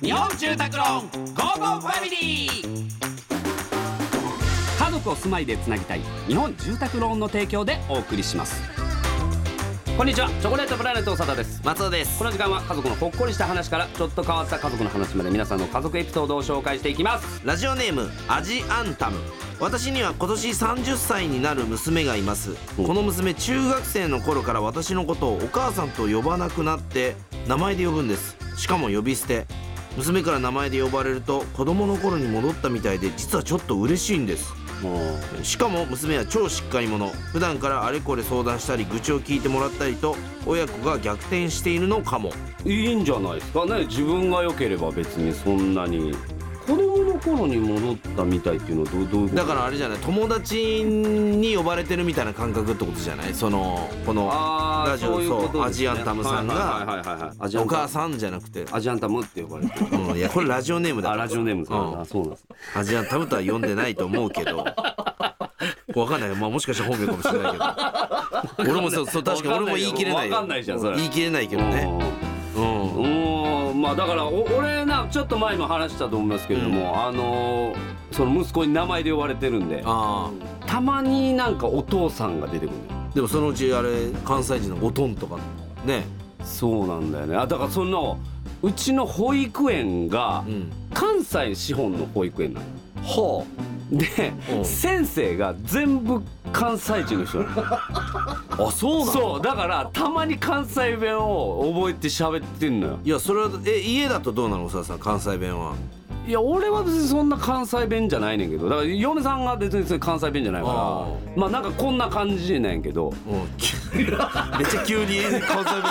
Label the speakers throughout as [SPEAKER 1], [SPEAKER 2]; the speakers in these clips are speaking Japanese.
[SPEAKER 1] 日本住宅ローンゴーゴーファミリー家族を住まいでつなぎたい日本住宅ローンの提供でお送りしますこんにちはチョコレートプラネット長田です
[SPEAKER 2] 松尾です
[SPEAKER 1] この時間は家族のほっこりした話からちょっと変わった家族の話まで皆さんの家族エピソードを紹介していきます
[SPEAKER 2] ラジオネームアジアンタム私には今年30歳になる娘がいます
[SPEAKER 1] お
[SPEAKER 2] この娘中学生の頃から私のことをお母さんと呼ばなくなって名前で呼ぶんですしかも呼び捨て娘から名前で呼ばれると子供の頃に戻ったみたいで実はちょっと嬉しいんですしかも娘は超しっかり者普段からあれこれ相談したり愚痴を聞いてもらったりと親子が逆転しているのかも
[SPEAKER 1] いいんじゃないですかね自分が良ければ別にそんなに子供の頃に戻ったみたいっていうのはどうどういうこと
[SPEAKER 2] だからあれじゃない友達に呼ばれてるみたいな感覚ってことじゃないそのこの
[SPEAKER 1] あー
[SPEAKER 2] ラジオ
[SPEAKER 1] そういうことですね
[SPEAKER 2] そうアジアンタムさんが
[SPEAKER 1] はいはいはいはいアジア
[SPEAKER 2] お
[SPEAKER 1] ンタム
[SPEAKER 2] 母さんじゃなくて、
[SPEAKER 1] アジアンタムって呼ばれてる
[SPEAKER 2] うん、いやこれラジオネーム だ
[SPEAKER 1] あ
[SPEAKER 2] から
[SPEAKER 1] ラジオネームですから、
[SPEAKER 2] うん
[SPEAKER 1] あそうなんです
[SPEAKER 2] アジアンタムとは呼んでないと思うけど分かんない、まあ、もしかしたら本名かもしれないけど俺もそうそう確かに俺も言い切れないよ
[SPEAKER 1] わかんないじゃんそれ
[SPEAKER 2] 言い切れないけどねうん
[SPEAKER 1] うーんまあだからお俺なちょっと前も話したと思いますけれども、あのーその息子に名前で呼ばれてるんで
[SPEAKER 2] あ
[SPEAKER 1] たまになんかお父さんが出てくるんだよ
[SPEAKER 2] あでもそのうちあれ関西人のおとんとかね
[SPEAKER 1] そうなんだよねあだからそのうちの保育園が
[SPEAKER 2] うん
[SPEAKER 1] 関西資本の保育園なの
[SPEAKER 2] は
[SPEAKER 1] で、
[SPEAKER 2] うん
[SPEAKER 1] 先生が全部関西人の人 なの
[SPEAKER 2] ああそうなの
[SPEAKER 1] そうだからたまに関西弁を覚えて喋ってんのよ
[SPEAKER 2] いやそれはえ家だとどうなのささん関西弁はい
[SPEAKER 1] や俺は別にそんな関西弁じゃないねんけどだから嫁さんが別にそれ関西弁じゃない
[SPEAKER 2] あ
[SPEAKER 1] からまあなんかこんな感じなんやけど
[SPEAKER 2] うんめっちゃ急に関西弁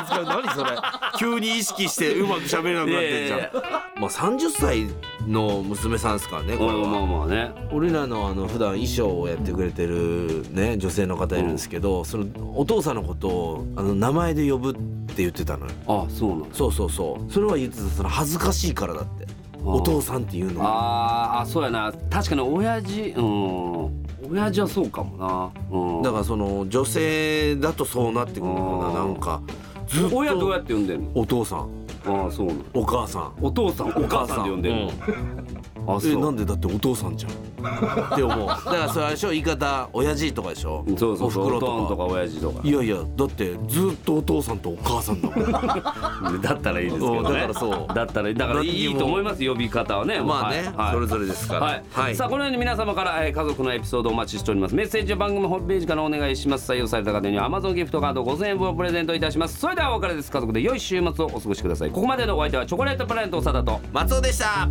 [SPEAKER 2] 使う何それ急に意識してうまく喋れなくなってんじゃん
[SPEAKER 1] いやい
[SPEAKER 2] まあ30歳の娘さんですからねこれ
[SPEAKER 1] まあま
[SPEAKER 2] は
[SPEAKER 1] あまあね
[SPEAKER 2] 俺らのあの普段衣装をやってくれてるね女性の方いるんですけど、そのお父さんのことをあの名前で呼ぶって言ってたのよ
[SPEAKER 1] あそうなんです
[SPEAKER 2] そうそうそうそれは言ってたその恥ずかしいからだって
[SPEAKER 1] あ
[SPEAKER 2] お父さんっていうのは
[SPEAKER 1] あーあそうやな確かに親父うん親父はそうかもな、うん、
[SPEAKER 2] だからその女性だとそうなってくるのかな
[SPEAKER 1] あ
[SPEAKER 2] なんかずっと
[SPEAKER 1] 親どうやって呼んでんの
[SPEAKER 2] お父さん
[SPEAKER 1] ああそうなん
[SPEAKER 2] お母さん
[SPEAKER 1] お父さんお母さんって呼んでんの、あ
[SPEAKER 2] えな
[SPEAKER 1] そ
[SPEAKER 2] ん
[SPEAKER 1] う
[SPEAKER 2] でだってお父さんじゃんって思うだからそれあれでしょ言い方親父とかでしょ
[SPEAKER 1] そうそうそう
[SPEAKER 2] お
[SPEAKER 1] お
[SPEAKER 2] 袋
[SPEAKER 1] とん
[SPEAKER 2] と
[SPEAKER 1] と
[SPEAKER 2] か
[SPEAKER 1] か親父とか
[SPEAKER 2] いやいやだってずっとお父さんとお母さんだもん
[SPEAKER 1] だったらいいですけ
[SPEAKER 2] う
[SPEAKER 1] どね
[SPEAKER 2] んだからそう
[SPEAKER 1] だったらいいだからいいと思い ます呼び方はね
[SPEAKER 2] まあね、
[SPEAKER 1] はいはい
[SPEAKER 2] それぞれですから
[SPEAKER 1] はい、さあこのように皆様から、えー家族のエピソードをお待ちしておりますメッセージは番組ホームページからお願いします採用された方には Amazon ギフトカード5000円分をプレゼントいたしますそれではお別れです家族で良い週末をお過ごしくださいここまでのお相手はチョコレートプラネット長田と
[SPEAKER 2] 松尾でした